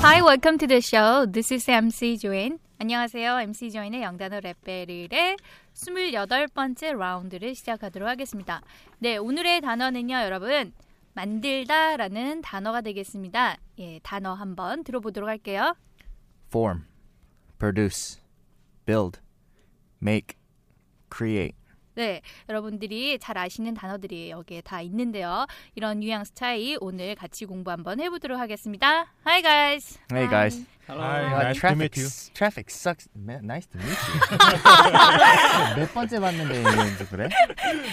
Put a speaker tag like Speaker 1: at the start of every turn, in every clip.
Speaker 1: Hi, welcome to the show. This is MC Joanne. 안녕하세요. MC 조인의 영단어 랩벨의 28번째 라운드를 시작하도록 하겠습니다. 네, 오늘의 단어는요, 여러분. 만들다 라는 단어가 되겠습니다. 예, 단어 한번 들어보도록 할게요.
Speaker 2: form, produce, build, make, create.
Speaker 1: 네, 여러분들이 잘 아시는 단어들이 여기에 다 있는데요. 이런 뉘앙스 차이 오늘 같이 공부 한번 해보도록 하겠습니다. Hi, guys.
Speaker 2: Hey guys, Uh,
Speaker 3: Hi, nice to
Speaker 2: traffic
Speaker 3: meet you.
Speaker 2: traffic sucks. Man, nice to meet you. 몇 번째 봤는데 이제 그래?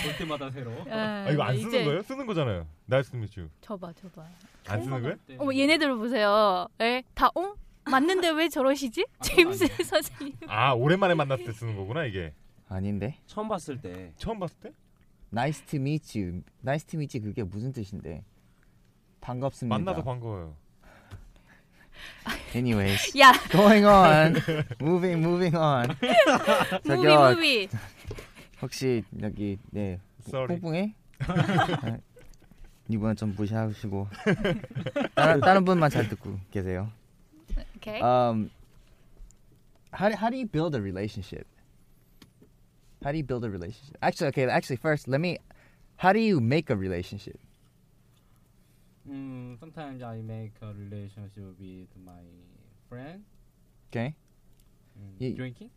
Speaker 4: 볼 때마다 새로.
Speaker 1: 아,
Speaker 3: 아, 이거 안 쓰는 거예요? 쓰는 거잖아요. Nice to meet you.
Speaker 1: 저봐, 저봐.
Speaker 3: 안 쓰는 거예요?
Speaker 1: 어머 얘네들 보세요. 에? 다 어? 맞는데 왜 저러시지?
Speaker 4: 아,
Speaker 1: 제임스
Speaker 4: 아니에요.
Speaker 1: 선생님.
Speaker 3: 아, 오랜만에 만났을 때 쓰는 거구나, 이게.
Speaker 2: 아닌데.
Speaker 4: 처음 봤을 때
Speaker 3: 처음 봤을 때?
Speaker 2: Nice to meet you. Nice to meet you 그게 무슨 뜻인데? 반갑습니다.
Speaker 3: 만나서 반가워요.
Speaker 2: 뭐, Anyways,
Speaker 1: 야,
Speaker 2: going on. moving, moving on.
Speaker 1: 무비
Speaker 2: 저기요.
Speaker 1: 무비.
Speaker 2: 혹시 여기 네
Speaker 3: Sorry.
Speaker 2: 뽕뽕해? 아, 이번엔 좀 무시하시고 다른, 다른 분만 잘 듣고 계세요.
Speaker 1: 오케이.
Speaker 2: Um, how do, how do you build a relationship? How do you build a relationship? Actually, okay. Actually, first, let me. How do you make a relationship?
Speaker 4: 음, Mm, sometimes I make a relationship with my friend. Mm,
Speaker 2: Okay.
Speaker 4: 음,
Speaker 2: 예.
Speaker 4: drinking?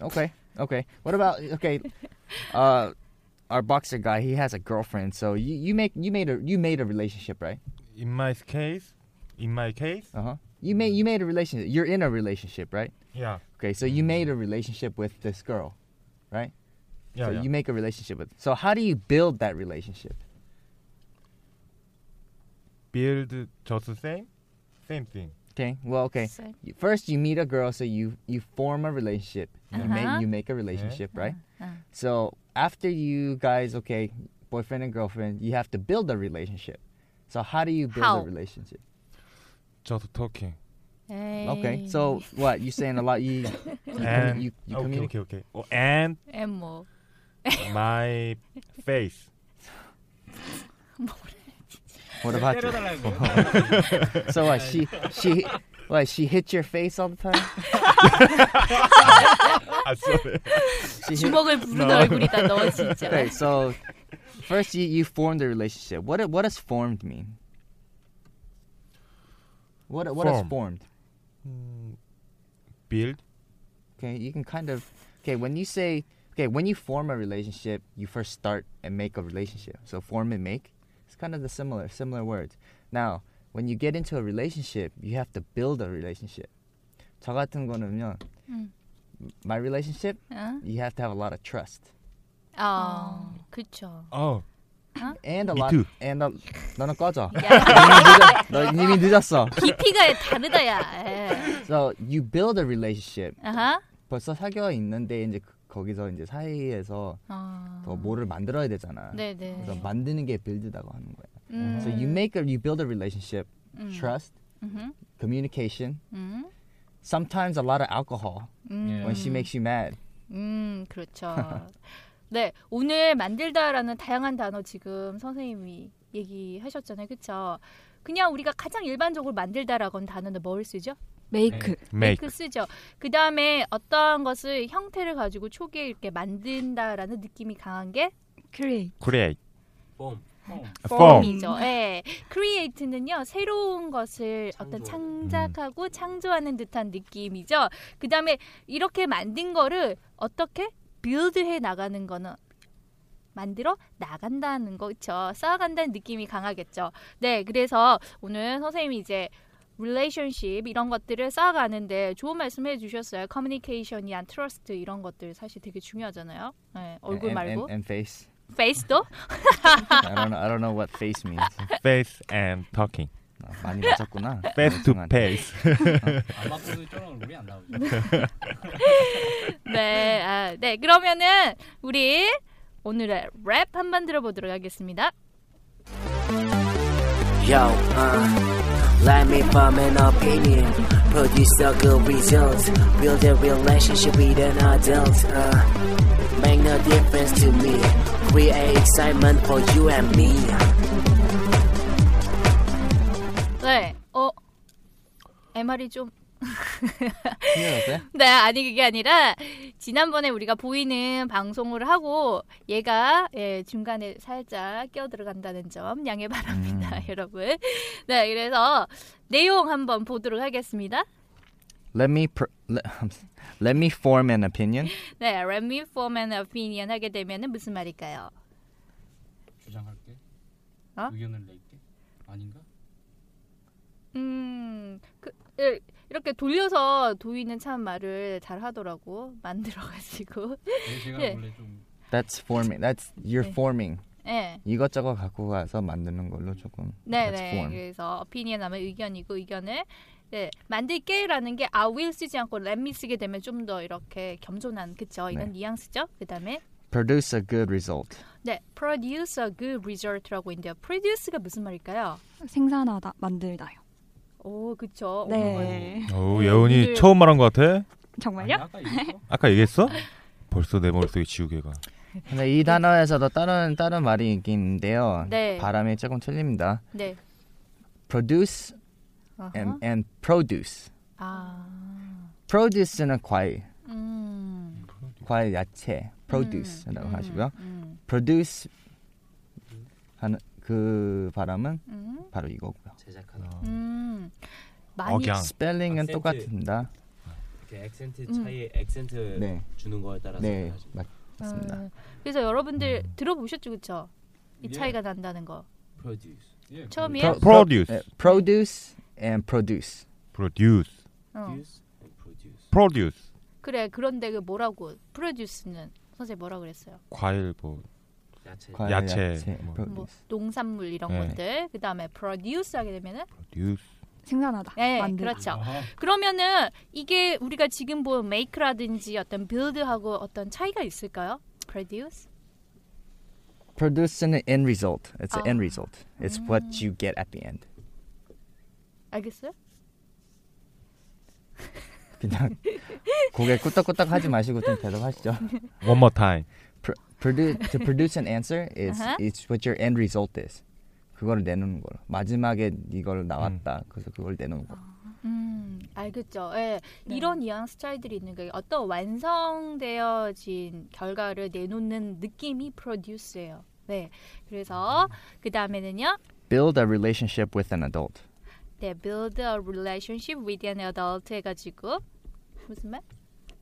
Speaker 2: Okay. Okay. What about okay? Uh, our boxer guy, he has a girlfriend. So you, you make you made a you made a relationship, right?
Speaker 3: In my case, in my case,
Speaker 2: Uh huh. You made you made a relationship. You're in a relationship, right?
Speaker 3: yeah,
Speaker 2: Okay. So you made a relationship with this girl, right?
Speaker 3: yeah,
Speaker 2: so
Speaker 3: yeah.
Speaker 2: you make a relationship with. So how do you build that relationship?
Speaker 3: build just the same, same thing.
Speaker 2: Okay. Well, okay.
Speaker 1: Same.
Speaker 2: You- First, you meet a girl, so you you form a relationship. You
Speaker 1: Uh-huh.
Speaker 2: make you make a relationship, right?
Speaker 1: uh.
Speaker 2: So after you guys, okay, boyfriend and girlfriend, you have to build a relationship. So how do you build
Speaker 1: How?
Speaker 2: a relationship?
Speaker 3: Just talking.
Speaker 1: 에이.
Speaker 2: Okay. So
Speaker 1: Eh.
Speaker 2: what you saying a lot? You you, commu-
Speaker 3: And
Speaker 2: you, you
Speaker 3: okay,
Speaker 2: communicate.
Speaker 3: okay, okay. Oh, and
Speaker 1: 엠 뭐.
Speaker 3: my face.
Speaker 2: What about you?
Speaker 4: 때려달라는 거예요.
Speaker 2: So what? She she what? She hits your face all the time.
Speaker 3: 아, sorry.
Speaker 2: She hit-
Speaker 1: 주먹을 부르는 얼굴이다 너 진짜.
Speaker 2: Okay. So first, you you form the relationship. What what does formed mean? What what does
Speaker 3: Form.
Speaker 2: formed?
Speaker 3: 음, build.
Speaker 2: Okay, you can kind of okay when you say okay when you form a relationship, you first start and make a relationship. So form and make, it's kind of the similar similar words. Now when you get into a relationship, you have to build a relationship. 저 같은 거는요,
Speaker 1: 음.
Speaker 2: my relationship,
Speaker 1: 어?
Speaker 2: you have to have a lot of trust
Speaker 1: 어. 그쵸.
Speaker 3: 어,
Speaker 2: and a
Speaker 3: Me
Speaker 2: lot
Speaker 3: too.
Speaker 2: and a, 너는 꺼져.
Speaker 1: 야,
Speaker 2: 너 이미 늦었어.
Speaker 1: 깊이가 다르다야. 에.
Speaker 2: So you build a relationship.
Speaker 1: 아하.
Speaker 2: 벌써 사귀어 있는데 이제 그- 거기서 이제 사이에서
Speaker 1: 어.
Speaker 2: 더 뭐를 만들어야 되잖아.
Speaker 1: 네네.
Speaker 2: 그래서 만드는 게 빌드라고 하는 거야.
Speaker 1: 음.
Speaker 2: So you make a you build a relationship,
Speaker 1: 음.
Speaker 2: trust,
Speaker 1: 음.
Speaker 2: communication,
Speaker 1: 음.
Speaker 2: sometimes a lot of alcohol
Speaker 1: 음.
Speaker 2: when she makes you mad.
Speaker 1: 음, 그렇죠. 네, 오늘 만들다라는 다양한 단어 지금 선생님이 얘기하셨잖아요. 그렇죠? 그냥 우리가 가장 일반적으로 만들다라고는 단어는 뭘 쓰죠?
Speaker 5: 네.
Speaker 6: 메이크
Speaker 3: make.
Speaker 1: 그 쓰죠. 그 다음에 어떠한 것을 형태를 가지고 초기에 이렇게 만든다라는 느낌이 강한 게
Speaker 6: 크리에이
Speaker 3: create.
Speaker 4: 봄.
Speaker 3: A form.
Speaker 2: form.
Speaker 1: 폼이죠. 예. create는요. 새로운 것을 어떤 창작하고 창조하는 듯한 느낌이죠. 그다음에 이렇게 만든 거를 어떻게 빌드해 나가는 거는 만들어 나간다는 거죠. 쌓아간다는 느낌이 강하겠죠. 네, 그래서 오늘 선생님이 이제 relationship 이런 것들을 쌓아가는데 좋은 말씀해 주셨어요. 커뮤니케이션이란 트러스트 이런 것들 사실 되게 중요하잖아요. 네, 얼굴
Speaker 2: and,
Speaker 1: 말고
Speaker 2: and, and face.
Speaker 1: 페이스도
Speaker 2: I don't know. I don't know what face means.
Speaker 3: Face and talking.
Speaker 2: 아, 많이 맞았구나.
Speaker 3: Face to
Speaker 2: 죄송한데.
Speaker 3: face.
Speaker 4: 아마도 저런 얼굴이 안 나오죠.
Speaker 1: 네, 아, 네. 그러면은 우리 오늘의 랩 한번 들어보도록 하겠습니다.
Speaker 7: Yo, uh, let me form an opinion. Produce a good result. Build a relationship with an adult. Uh, make no difference to me. Create excitement for you and me.
Speaker 1: 네, 어, MR이 좀.
Speaker 2: 이해가 돼?
Speaker 1: 네, 아니 그게 아니라 지난번에 우리가 보이는 방송을 하고 얘가 예, 중간에 살짝 끼어 들어간다는 점 양해 바랍니다, 여러분. 네, 그래서 내용 한번 보도록 하겠습니다.
Speaker 2: Let me per, let, let me form an opinion.
Speaker 1: 네, let me form an opinion 하게 되면은 무슨 말일까요?
Speaker 4: 주장할게.
Speaker 1: 어?
Speaker 4: 의견을 낼게. 아닌가?
Speaker 1: 음, 그, 예, 이렇게 돌려서 도희는 참 말을 잘 하더라고. 만들어가지고.
Speaker 4: 네, 제가
Speaker 1: 예.
Speaker 4: 원래 좀
Speaker 2: That's forming. That's you're
Speaker 1: 네.
Speaker 2: forming.
Speaker 1: 예.
Speaker 2: 이것저것 갖고 가서 만드는 걸로 조금. That's
Speaker 1: 네네.
Speaker 2: form.
Speaker 1: 그래서 opinion 하면 의견이고 의견을 예, 만들게라는 게 I will 쓰지 않고 let me 쓰게 되면 좀 더 이렇게 겸손한 그쵸? 이런
Speaker 2: 네.
Speaker 1: 뉘앙스죠. 그 다음에
Speaker 2: Produce a good result.
Speaker 1: 네, produce a good result라고 있는데요. produce가 무슨 말일까요?
Speaker 8: 생산하다 만들다요.
Speaker 1: 오,
Speaker 9: 어,
Speaker 1: 그쵸.
Speaker 8: 네.
Speaker 3: 오, 어, 예원이
Speaker 1: 오늘-
Speaker 3: 처음 말한 것 같아.
Speaker 8: 정말요?
Speaker 4: 아니, 아까 이거
Speaker 3: 아까 얘기했어? 벌써 내 머릿속에 지우개가.
Speaker 2: 근데 이 단어에서도 다른 다른 말이 있긴 있는데요.
Speaker 1: 네.
Speaker 2: 발음이 조금 틀립니다.
Speaker 1: 네.
Speaker 2: Produce
Speaker 1: 아하.
Speaker 2: and and produce.
Speaker 1: 아,
Speaker 2: Produce는 과일,
Speaker 1: 음.
Speaker 2: 과일 야채. Produce라고
Speaker 1: 음,
Speaker 2: 하시고요.
Speaker 1: 음,
Speaker 2: Produce 하는 그 발음은
Speaker 1: 음.
Speaker 2: 바로 이거고요.
Speaker 4: 제작하는
Speaker 1: 음,
Speaker 2: 어,
Speaker 1: 많이
Speaker 2: 아,
Speaker 3: 억양.
Speaker 2: 스펠링은
Speaker 9: 악센트.
Speaker 2: 똑같습니다.
Speaker 9: 이렇게 액센트
Speaker 1: 음.
Speaker 9: 차이에 액센트
Speaker 2: 네,
Speaker 9: 주는 거에 따라서
Speaker 2: 네,
Speaker 9: 달라지고.
Speaker 2: 맞- 맞습니다.
Speaker 1: 아, 그래서 여러분들 들어보셨죠, 그렇죠? 이
Speaker 4: 예.
Speaker 1: 차이가 난다는 거.
Speaker 9: produce
Speaker 4: 예,
Speaker 1: 처음이에요?
Speaker 2: Pro-
Speaker 3: Produce.
Speaker 2: 네, produce and produce.
Speaker 3: Produce.
Speaker 1: 어.
Speaker 9: produce and produce
Speaker 3: Produce.
Speaker 1: 그래, 그런데 그 뭐라고 프로듀스는 선생 님 뭐라 그랬어요?
Speaker 3: 과일 뭐
Speaker 9: 야채
Speaker 2: 과일,
Speaker 3: 야채, 뭐.
Speaker 2: produce.
Speaker 1: 뭐 농산물 이런
Speaker 2: 예.
Speaker 3: 네.
Speaker 1: 것들. 그다음에 프로듀스 하게 되면은
Speaker 3: Produce.
Speaker 8: 생산하다
Speaker 9: 예,
Speaker 1: 네,
Speaker 8: 만들다.
Speaker 1: 그렇죠. 그러면은 이게 우리가 지금 본 메이크라든지 어떤 빌드하고 어떤 차이가 있을까요? 프로듀스?
Speaker 2: Produce an end result. It's an
Speaker 1: 아.
Speaker 2: end result. It's what you get at the end.
Speaker 1: 알겠어요?
Speaker 2: 그냥 고개 끄덕끄덕 하지 마시고 좀 대답하시죠.
Speaker 3: One more time.
Speaker 2: Pro- Produce to produce an answer is
Speaker 1: 아하.
Speaker 2: it's what your end result is. 그거를 내놓는 거. 마지막에 이걸 나왔다. 그래서 그걸 내놓는 거.
Speaker 1: 음, 알겠죠. 예.
Speaker 8: 네.
Speaker 1: 이런 뉘앙스 차이들이 있는 거예요. 어떤 완성되어진 결과를 내놓는 느낌이 프로듀스예요.
Speaker 8: 음.
Speaker 1: 네. 그래서 그 다음에는요.
Speaker 2: Build a relationship with an adult.
Speaker 1: 네, build a relationship with an adult 해가지고 무슨 말?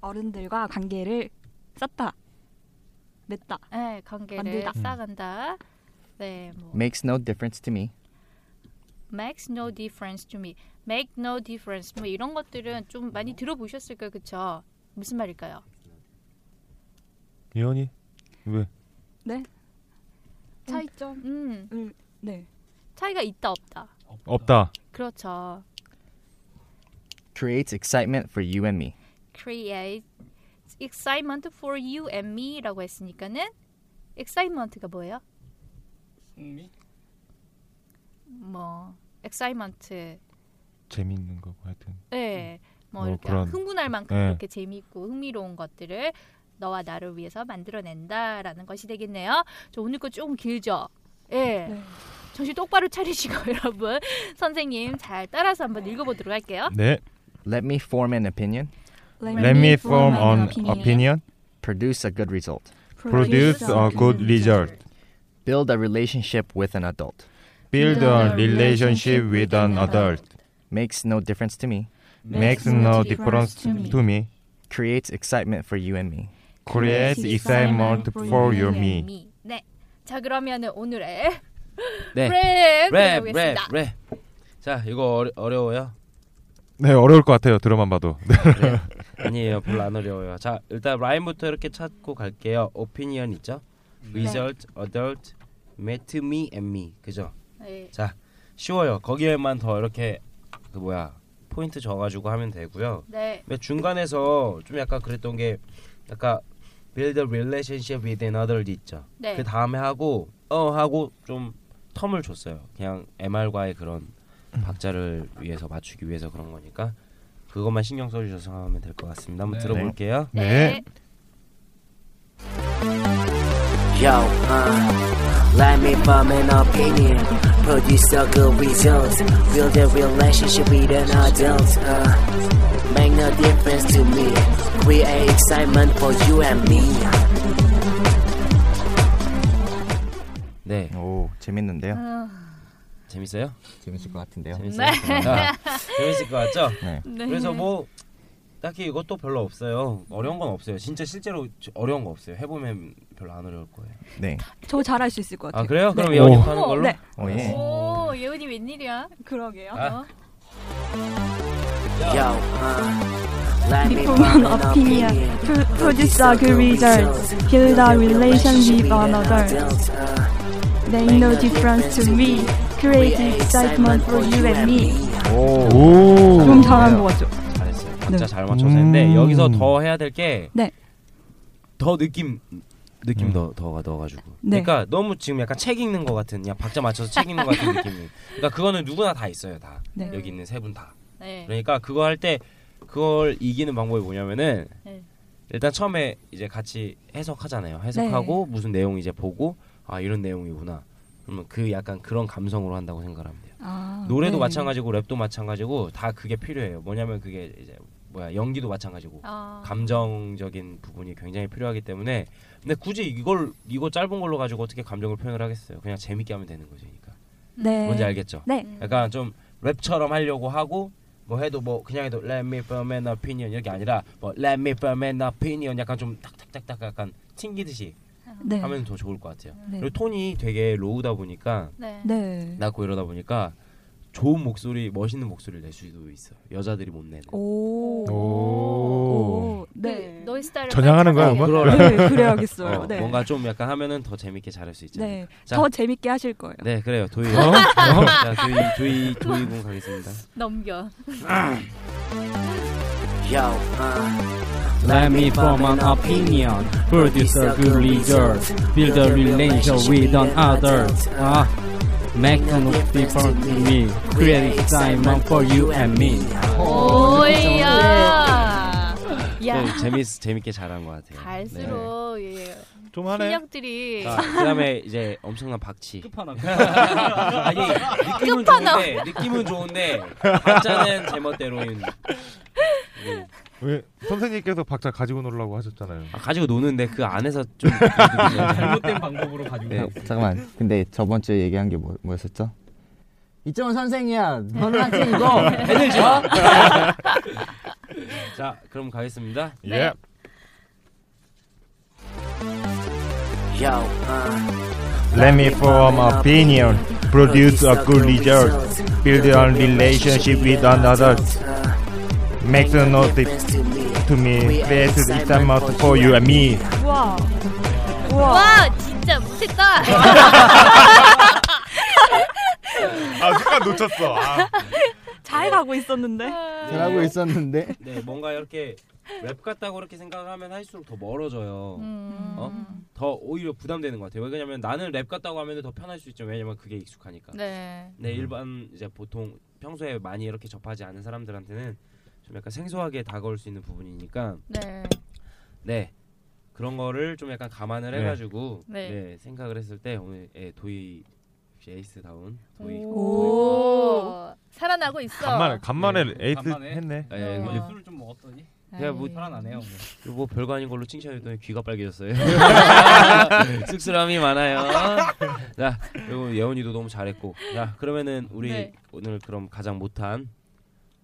Speaker 8: 어른들과 관계를 쌓다, 맺다.
Speaker 1: 네, 관계를
Speaker 8: 만들다. 음.
Speaker 1: 쌓아간다. 네, 뭐
Speaker 2: Makes no difference to me.
Speaker 1: makes no difference to me, make no difference 뭐 이런 것들은 좀
Speaker 8: 음.
Speaker 1: 많이 들어보셨을 거예요, 그렇죠? 무슨 말일까요?
Speaker 3: 예원이 왜?
Speaker 8: 차이점을
Speaker 1: 음,
Speaker 8: 네
Speaker 1: 차이가 있다 없다.
Speaker 3: 없다.
Speaker 1: 그렇죠.
Speaker 2: Creates excitement for you and me.
Speaker 1: create excitement for you and me라고 했으니까는 excitement가 뭐예요?
Speaker 4: 흥미?
Speaker 1: 뭐 excitement
Speaker 3: 재밌는 거고 하여튼.
Speaker 1: 예. 뭐
Speaker 3: 뭐
Speaker 1: 이렇게
Speaker 3: 그런-
Speaker 1: 흥분할 만큼
Speaker 3: 예.
Speaker 1: 이렇게 재미있고 흥미로운 것들을 너와 나를 위해서 만들어낸다라는 것이 되겠네요. 저 오늘 거 좀 길죠? 예.
Speaker 8: 네.
Speaker 1: 정신 똑바로 차리시고 여러분 선생님 잘 따라서 한번 읽어보도록 할게요.
Speaker 3: 네.
Speaker 2: Let me form an opinion.
Speaker 3: Let me form an opinion.
Speaker 2: Produce a good result.
Speaker 3: Produce a good result.
Speaker 2: build a relationship with an adult.
Speaker 3: Build a relationship with an adult.
Speaker 2: Makes no difference to me.
Speaker 3: Makes no difference to me.
Speaker 2: Creates excitement for you and me.
Speaker 3: Creates excitement for you me.
Speaker 1: 네. 자 그러면은 오늘의
Speaker 9: 네.
Speaker 1: 랩
Speaker 9: 랩, 랩,
Speaker 1: 해보겠습니다.
Speaker 9: 랩. 자, 이거 어려, 어려워요?
Speaker 3: 네 어려울 것 같아요 들어만 봐도
Speaker 9: 네. 아니에요, 별로 안 어려워요. 자, 일단 라임부터 이렇게 찾고 갈게요. opinion 있죠?
Speaker 1: 네.
Speaker 9: result, adult, met me and me. 그죠?
Speaker 1: 네.
Speaker 9: 자, 쉬워요. 거기에만 더 이렇게 그 뭐야 포인트 줘가지고 하면 되고요.
Speaker 1: 네.
Speaker 9: 근데 중간에서 좀 약간 그랬던 게 약간 build a relationship with another 있죠.
Speaker 1: 네.
Speaker 9: 그 다음에 하고 어 하고 좀 텀을 줬어요. 그냥 MR과의 그런 박자를 위해서 맞추기 위해서 그런 거니까 그것만 신경 써주셔서 하면 될 것 같습니다. 한번
Speaker 5: 네.
Speaker 9: 들어볼게요.
Speaker 3: 네.
Speaker 7: Yo, uh, let me form an opinion. Produce a good result. Build a relationship with an adult. Uh, make no difference to me. Create excitement for you and me.
Speaker 9: 네,
Speaker 2: 오 재밌는데요.
Speaker 9: 재밌어요?
Speaker 2: 재밌을 것 같은데요.
Speaker 9: 재밌어요? 아, 재밌을 것 같죠?
Speaker 2: 네.
Speaker 1: 네.
Speaker 9: 그래서 뭐 딱히 이것도 별로 없어요. 어려운 건 없어요. 진짜 실제로 어려운 거 없어요. 해보면 별로 안 어려울 거예요.
Speaker 2: 네.
Speaker 8: 저 잘할 수 있을 것 같아요.
Speaker 9: 아 그래요? 그럼
Speaker 3: 네.
Speaker 9: 예원이
Speaker 3: 오.
Speaker 9: 하는 걸로.
Speaker 8: 네,
Speaker 2: 오 예.
Speaker 1: 오 예은이 웬일이야?
Speaker 8: 그러게요.
Speaker 9: 아,
Speaker 7: Yo, uh, let me
Speaker 8: People
Speaker 7: form
Speaker 8: want
Speaker 7: an
Speaker 8: opinion.
Speaker 7: opinion.
Speaker 8: Pro-
Speaker 7: Produce
Speaker 8: produce
Speaker 7: a
Speaker 8: a
Speaker 7: good
Speaker 8: good
Speaker 7: results.
Speaker 8: result.
Speaker 7: Build a relationship with
Speaker 8: with
Speaker 7: another.
Speaker 8: another. Make no difference to me. Create excitement for you and me.
Speaker 2: 오.
Speaker 3: 오.
Speaker 9: 네.
Speaker 8: 좀 잘한 것 같죠?
Speaker 9: 잘했어요. 박자
Speaker 8: 네.
Speaker 9: 잘 맞춰서 했는데
Speaker 3: 음.
Speaker 9: 여기서 더 해야 될 게 더
Speaker 8: 네.
Speaker 9: 느낌 느낌
Speaker 3: 음.
Speaker 9: 더 더가 넣어가지고.
Speaker 8: 네.
Speaker 9: 그러니까 너무 지금 약간 책 읽는 것 같은 그냥 박자 맞춰서 책 읽는 것 같은 느낌이. 그러니까 그거는 누구나 다 있어요 다.
Speaker 8: 네.
Speaker 9: 여기 있는 세 분 다.
Speaker 1: 네.
Speaker 9: 그러니까 그거 할 때 그걸 이기는 방법이 뭐냐면은
Speaker 1: 네.
Speaker 9: 일단 처음에 이제 같이 해석하잖아요. 해석하고
Speaker 8: 네.
Speaker 9: 무슨 내용 이제 보고 아 이런 내용이구나. 그러면 그 약간 그런 감성으로 한다고 생각하면 돼요.
Speaker 8: 아,
Speaker 9: 노래도
Speaker 8: 네.
Speaker 9: 마찬가지고 랩도 마찬가지고 다 그게 필요해요. 뭐냐면 그게 이제 뭐야 연기도 마찬가지고
Speaker 1: 아,
Speaker 9: 감정적인 부분이 굉장히 필요하기 때문에 근데 굳이 이걸 이거 짧은 걸로 가지고 어떻게 감정을 표현을 하겠어요? 그냥 재밌게 하면 되는 거죠. 그러니까
Speaker 8: 네.
Speaker 9: 뭔지 알겠죠?
Speaker 8: 네.
Speaker 1: 음.
Speaker 9: 약간 좀 랩처럼 하려고 하고 뭐 해도 뭐 그냥 해도 Let me form an opinion 이렇게 아니라 뭐 Let me form an opinion 약간 좀 딱딱딱딱 약간 튕기듯이
Speaker 8: 네.
Speaker 9: 하면 더 좋을 것 같아요.
Speaker 8: 네.
Speaker 9: 그리고 톤이 되게 로우다 보니까
Speaker 1: 네.
Speaker 8: 네.
Speaker 9: 낮고 이러다 보니까 좋은 목소리, 멋있는 목소리를 낼 수도 있어. 요 여자들이 못 내는.
Speaker 8: 오.
Speaker 3: 오.
Speaker 8: 오. 네.
Speaker 1: 그 너의 스타일
Speaker 3: 전향하는 거야, 음악?
Speaker 9: 그러라.
Speaker 8: 네, 그래야겠어요.
Speaker 9: 어,
Speaker 8: 네.
Speaker 9: 뭔가 좀 약간 하면은 더 재밌게 잘할 수 있잖아요.
Speaker 8: 네.
Speaker 9: 자.
Speaker 8: 더 재밌게 하실 거예요.
Speaker 9: 네, 그래요. 도희.
Speaker 3: 어? 어?
Speaker 9: 자, 도희, 도희, 도희 군 가겠습니다.
Speaker 1: 넘겨.
Speaker 7: Yo, uh,
Speaker 4: Let me form an opinion, produce a good result, build a relationship with another. Ah, make no difference to me, create excitement for you and me.
Speaker 1: 오이야. 야.
Speaker 9: 좀 재밌 재밌게 잘한 것 같아요.
Speaker 1: 갈수록 예.
Speaker 3: 좀 하네.
Speaker 1: 실력들이
Speaker 9: 네. 자, 그다음에 이제 엄청난 박치.
Speaker 4: 끝판왕.
Speaker 9: 아니 느낌은 좋은데 느낌은 좋은데 박자는 제멋대로인. 네.
Speaker 3: 왜 선생님께서 박자 가지고 놀라고 하셨잖아요.
Speaker 9: 아, 가지고 노는데 그 안에서 좀 네.
Speaker 4: 잘못된 방법으로 가지고
Speaker 2: 자, 어, 잠깐만. 근데 저번 주에 얘기한 게 뭐, 뭐였었죠? 이정은 선생이야. 너는 학생 이거.
Speaker 9: 해들지 마. 자 그럼 가겠습니다.
Speaker 1: 네.
Speaker 3: 예.
Speaker 7: yo, uh,
Speaker 3: Let me form opinion, produce a good result, build a relationship with another, make no difference
Speaker 7: to me.
Speaker 3: to me, create excitement for you and me.
Speaker 8: 우와.
Speaker 9: 네.
Speaker 1: 와 진짜 못했다.
Speaker 3: 아 순간 놓쳤어.
Speaker 8: 잘 가고 있었는데.
Speaker 2: 잘하고 있었는데.
Speaker 9: 네 뭔가 이렇게 랩 같다고 그렇게 생각하면 할수록 더 멀어져요.
Speaker 1: 음.
Speaker 9: 어? 더 오히려 부담되는 것 같아요. 왜냐면 나는 랩 같다고 하면 더 편할 수 있죠. 왜냐면 그게 익숙하니까.
Speaker 1: 네.
Speaker 4: 음.
Speaker 9: 네 일반 이제 보통 평소에 많이 이렇게 접하지 않은 사람들한테는 좀 약간 생소하게 다가올 수 있는 부분이니까
Speaker 1: 네.
Speaker 9: 네 그런 거를 좀 약간 감안을
Speaker 3: 네.
Speaker 9: 해가지고
Speaker 1: 네.
Speaker 9: 네. 생각을 했을 때 오늘 예, 도희 에이스 다운 도희
Speaker 1: 오. 살아나고 있어.
Speaker 3: 간만에 간만에 에이트
Speaker 4: 간만에.
Speaker 3: 했네.
Speaker 9: 예,
Speaker 1: 어.
Speaker 9: 그-
Speaker 4: 술을 좀 먹었더니
Speaker 9: 그냥 뭐
Speaker 1: 아이. 예.
Speaker 4: 살아나네요.
Speaker 9: 뭐 별거 아닌 걸로 칭찬했더니 귀가 빨개졌어요.
Speaker 1: 네.
Speaker 9: 쑥스러움이 많아요. 자, 그리고 예원이도 너무 잘했고. 자, 그러면은 우리
Speaker 1: 네.
Speaker 9: 오늘 그럼 가장 못한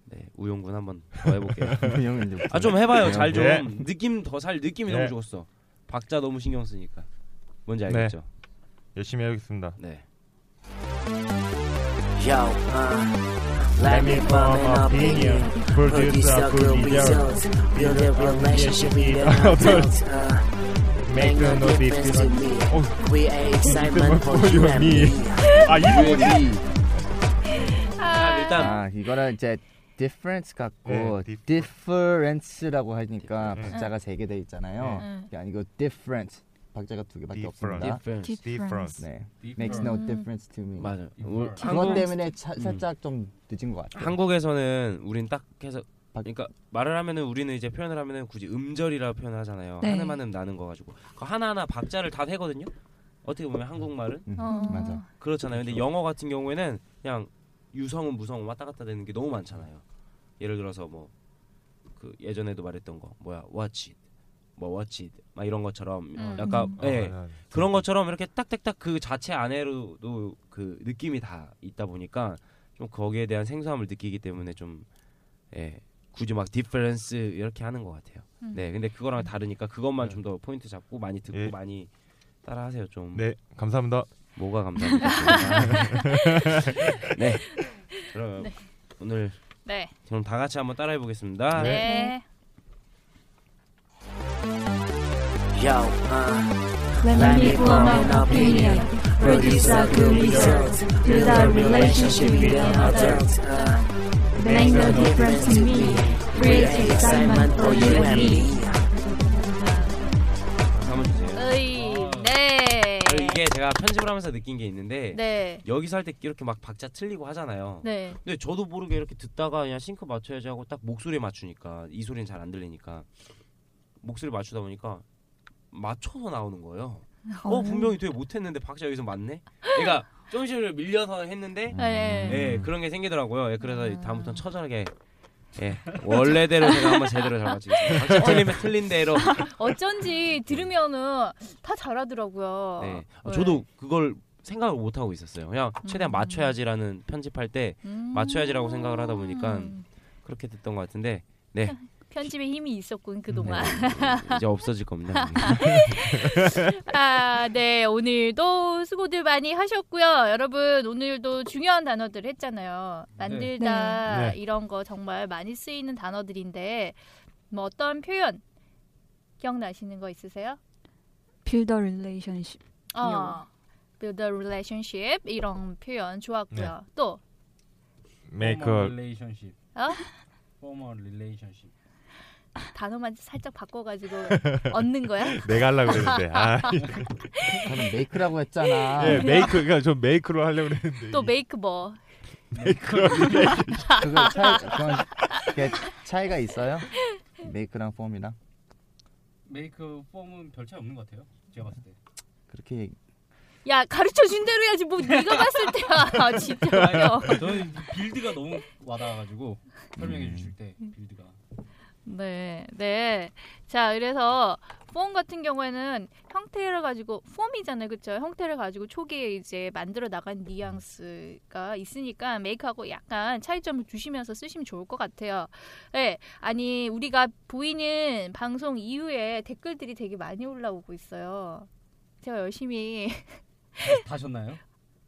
Speaker 9: 네, 우영군 한번 더 해볼게요.
Speaker 2: 그 형은 이제
Speaker 9: 아 좀 해봐요.
Speaker 3: 네.
Speaker 9: 잘 좀
Speaker 3: 네.
Speaker 9: 느낌 더 살 느낌이
Speaker 3: 네.
Speaker 9: 너무 좋았어. 박자 너무 신경 쓰니까. 뭔지
Speaker 3: 네.
Speaker 9: 알겠죠?
Speaker 3: 열심히 해야겠습니다.
Speaker 9: 네.
Speaker 7: Yo, uh, let me form an opinion, produce a good result, build a relationship with an adult. Uh,
Speaker 3: Make
Speaker 7: make
Speaker 3: no
Speaker 7: no difference to
Speaker 3: difference.
Speaker 7: me,
Speaker 3: 어,
Speaker 7: create excitement for
Speaker 3: for you
Speaker 7: you
Speaker 3: and
Speaker 7: and
Speaker 3: me.
Speaker 7: me.
Speaker 3: 아 이분이
Speaker 9: 자, 일단
Speaker 2: 아 이거는 이제 difference 같고
Speaker 3: 네, differ-
Speaker 2: difference라고 하니까
Speaker 3: 네.
Speaker 2: 박자가 세 개 돼 있잖아요.
Speaker 1: 네.
Speaker 2: 그게 아니고 different 박자가 두 개밖에
Speaker 3: Different.
Speaker 2: 없습니다.
Speaker 9: difference.
Speaker 3: difference.
Speaker 2: 네, makes no difference to me.
Speaker 9: 맞아. 우-
Speaker 2: 그것
Speaker 9: 한국 음.
Speaker 2: 때문에 차- 살짝 좀 늦은 것 같아요.
Speaker 9: 네. 한국에서는 우린 딱 해서
Speaker 2: 박-
Speaker 9: 그러니까 말을 하면은 우리는 이제 표현을 하면은 굳이 음절이라 표현을 하잖아요.
Speaker 1: 네.
Speaker 9: 한음 한음 나는 거 가지고 그 하나하나 박자를 다 세거든요. 어떻게 보면 한국말은
Speaker 2: 음,
Speaker 1: 어.
Speaker 2: 맞아.
Speaker 9: 그렇잖아요. 근데 영어 같은 경우에는 그냥 유성음 무성음 왔다 갔다 되는 게 너무 많잖아요. 예를 들어서 뭐 그 예전에도 말했던 거 뭐야 watch it 뭐 watch it 막 이런 것처럼
Speaker 1: 음.
Speaker 9: 약간
Speaker 3: 아,
Speaker 9: 예
Speaker 3: 아,
Speaker 9: 그런 것처럼 이렇게 딱딱딱 그 자체 안에로도 그 느낌이 다 있다 보니까 좀 거기에 대한 생소함을 느끼기 때문에 좀 예, 굳이 막 디퍼런스 이렇게 하는 것 같아요.
Speaker 1: 음.
Speaker 9: 네, 근데 그거랑 다르니까 그것만 좀 더 포인트 잡고 많이 듣고
Speaker 3: 예.
Speaker 9: 많이 따라하세요. 좀
Speaker 3: 네, 감사합니다.
Speaker 9: 뭐가 감사합니다. 네, 그럼
Speaker 1: 네.
Speaker 9: 오늘
Speaker 1: 네.
Speaker 9: 그럼 다 같이 한번 따라해 보겠습니다.
Speaker 1: 네.
Speaker 7: Yo, uh,
Speaker 8: Let
Speaker 7: let
Speaker 8: me
Speaker 7: me
Speaker 8: form
Speaker 7: form an
Speaker 8: my opinion,
Speaker 7: opinion, produce a good result, build a relationship with an adult. Uh,
Speaker 8: make no difference to me, create excitement for you and me.
Speaker 9: 박수 한번 주세요.
Speaker 1: 으이. 네.
Speaker 9: 그리고 이게 제가 편집을 하면서 느낀 게 있는데
Speaker 1: 네.
Speaker 9: 여기서 할 때 이렇게 막 박자 틀리고 하잖아요.
Speaker 1: 네.
Speaker 9: 근데 저도 모르게 이렇게 듣다가 그냥 싱크 맞춰야지 하고 딱 목소리에 맞추니까 이 소리는 잘 안 들리니까 목소리 맞추다 보니까 맞춰서 나오는 거예요. 어, 분명히 되게 못했는데 박자 여기서 맞네. 그러니까 조금씩 밀려서 했는데
Speaker 1: 네.
Speaker 9: 예 그런 게 생기더라고요. 예, 그래서
Speaker 1: 아.
Speaker 9: 다음부터는 처절하게 예 원래대로 제가 한번 제대로 잘 맞추겠습니다. 박자 틀리면 틀린 대로. 예.
Speaker 1: 어쩐지 들으면은 다 잘하더라고요.
Speaker 9: 네. 아,
Speaker 1: 네.
Speaker 9: 저도 그걸 생각을 못 하고 있었어요. 그냥 최대한
Speaker 1: 음.
Speaker 9: 맞춰야지라는 편집할 때
Speaker 1: 음.
Speaker 9: 맞춰야지라고 생각을 하다 보니까 그렇게 됐던 것 같은데 네
Speaker 1: 편집에 힘이 있었군 그동안.
Speaker 9: 네, 이제 없어질 겁니다.
Speaker 1: 아, 네. 오늘도 수고들 많이 하셨고요. 여러분, 오늘도 중요한 단어들 했잖아요.
Speaker 9: 네.
Speaker 1: 만들다
Speaker 3: 네. 네.
Speaker 1: 이런 거 정말 많이 쓰이는 단어들인데 뭐 어떤 표현 기억나시는 거 있으세요?
Speaker 8: Build a relationship.
Speaker 1: 어. build a relationship 이런 표현 좋았고요. 또
Speaker 3: Make
Speaker 4: Formal
Speaker 3: a
Speaker 4: relationship.
Speaker 1: 어?
Speaker 4: Formal relationship.
Speaker 1: 단어만 살짝 바꿔 가지고 얻는 거야?
Speaker 3: 내가 하려고 그랬는데. 아,
Speaker 2: 저는 make라고 했잖아.
Speaker 1: 네.
Speaker 3: 예, 메이크 그러니까 저 메이크로 하려고 그랬는데.
Speaker 1: 또 make 뭐.
Speaker 2: 그거 차이, 그건 그게 차이가 있어요? make랑 form이랑
Speaker 4: 메이크 폼은 별 차이 없는 것 같아요. 제가 봤을 때.
Speaker 2: 그렇게 얘기-
Speaker 1: 야, 가르쳐 준 대로 해야지 뭐 네가 봤을 때야. 아, 진짜요.
Speaker 4: 아니, 저는 빌드가 너무 와닿아가지고 설명해 주실 때 빌드가.
Speaker 1: 네, 네. 자, 그래서 폼 같은 경우에는 형태를 가지고 폼이잖아요, 그렇죠? 형태를 가지고 초기에 이제 만들어 나간 뉘앙스가 있으니까 메이크하고 약간 차이점을 주시면서 쓰시면 좋을 것 같아요. 네, 아니 우리가 보이는 방송 이후에 댓글들이 되게 많이 올라오고 있어요. 제가 열심히
Speaker 4: 다셨나요?
Speaker 5: 음.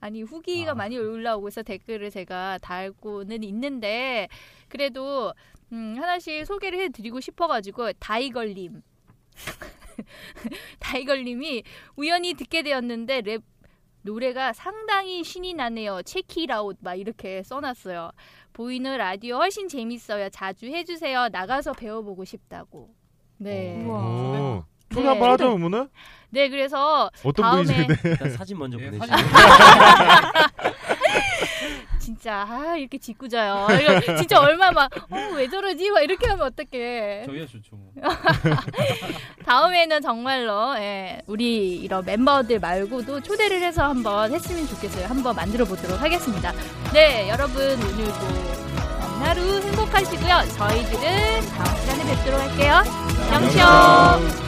Speaker 1: 아니 후기가
Speaker 4: 아.
Speaker 1: 많이 올라오고 있어 댓글을 제가 달고는 있는데 그래도 음, 하나씩 소개를 해드리고 싶어가지고 다이걸님 다이걸님이 우연히 듣게 되었는데 랩 노래가 상당히 신이 나네요. 체키라웃 막 이렇게 써놨어요. 보이는 라디오 훨씬 재밌어요. 자주 해주세요. 나가서 배워보고 싶다고. 네.
Speaker 3: 어.
Speaker 8: 우와.
Speaker 3: 오. 초대
Speaker 1: 네.
Speaker 3: 한번 하죠, 그러면은?
Speaker 1: 네 그래서
Speaker 3: 어떤
Speaker 1: 다음에
Speaker 3: 분이신데? 네.
Speaker 9: 일단 사진 먼저
Speaker 4: 예,
Speaker 9: 보내주세요.
Speaker 4: 사진.
Speaker 1: 진짜 아 이렇게 짓궂어요. 이거 진짜 얼마 막어왜 저러지? 막 이렇게 하면 어떡해.
Speaker 4: 저희가 좋죠. 뭐.
Speaker 1: 다음에는 정말로 예, 우리 이런 멤버들 말고도 초대를 해서 한번 했으면 좋겠어요. 한번 만들어 보도록 하겠습니다. 네, 여러분 오늘도 하루 행복 행복하시고요. 저희들은 다음 시간에 뵙도록 할게요. 영쇼!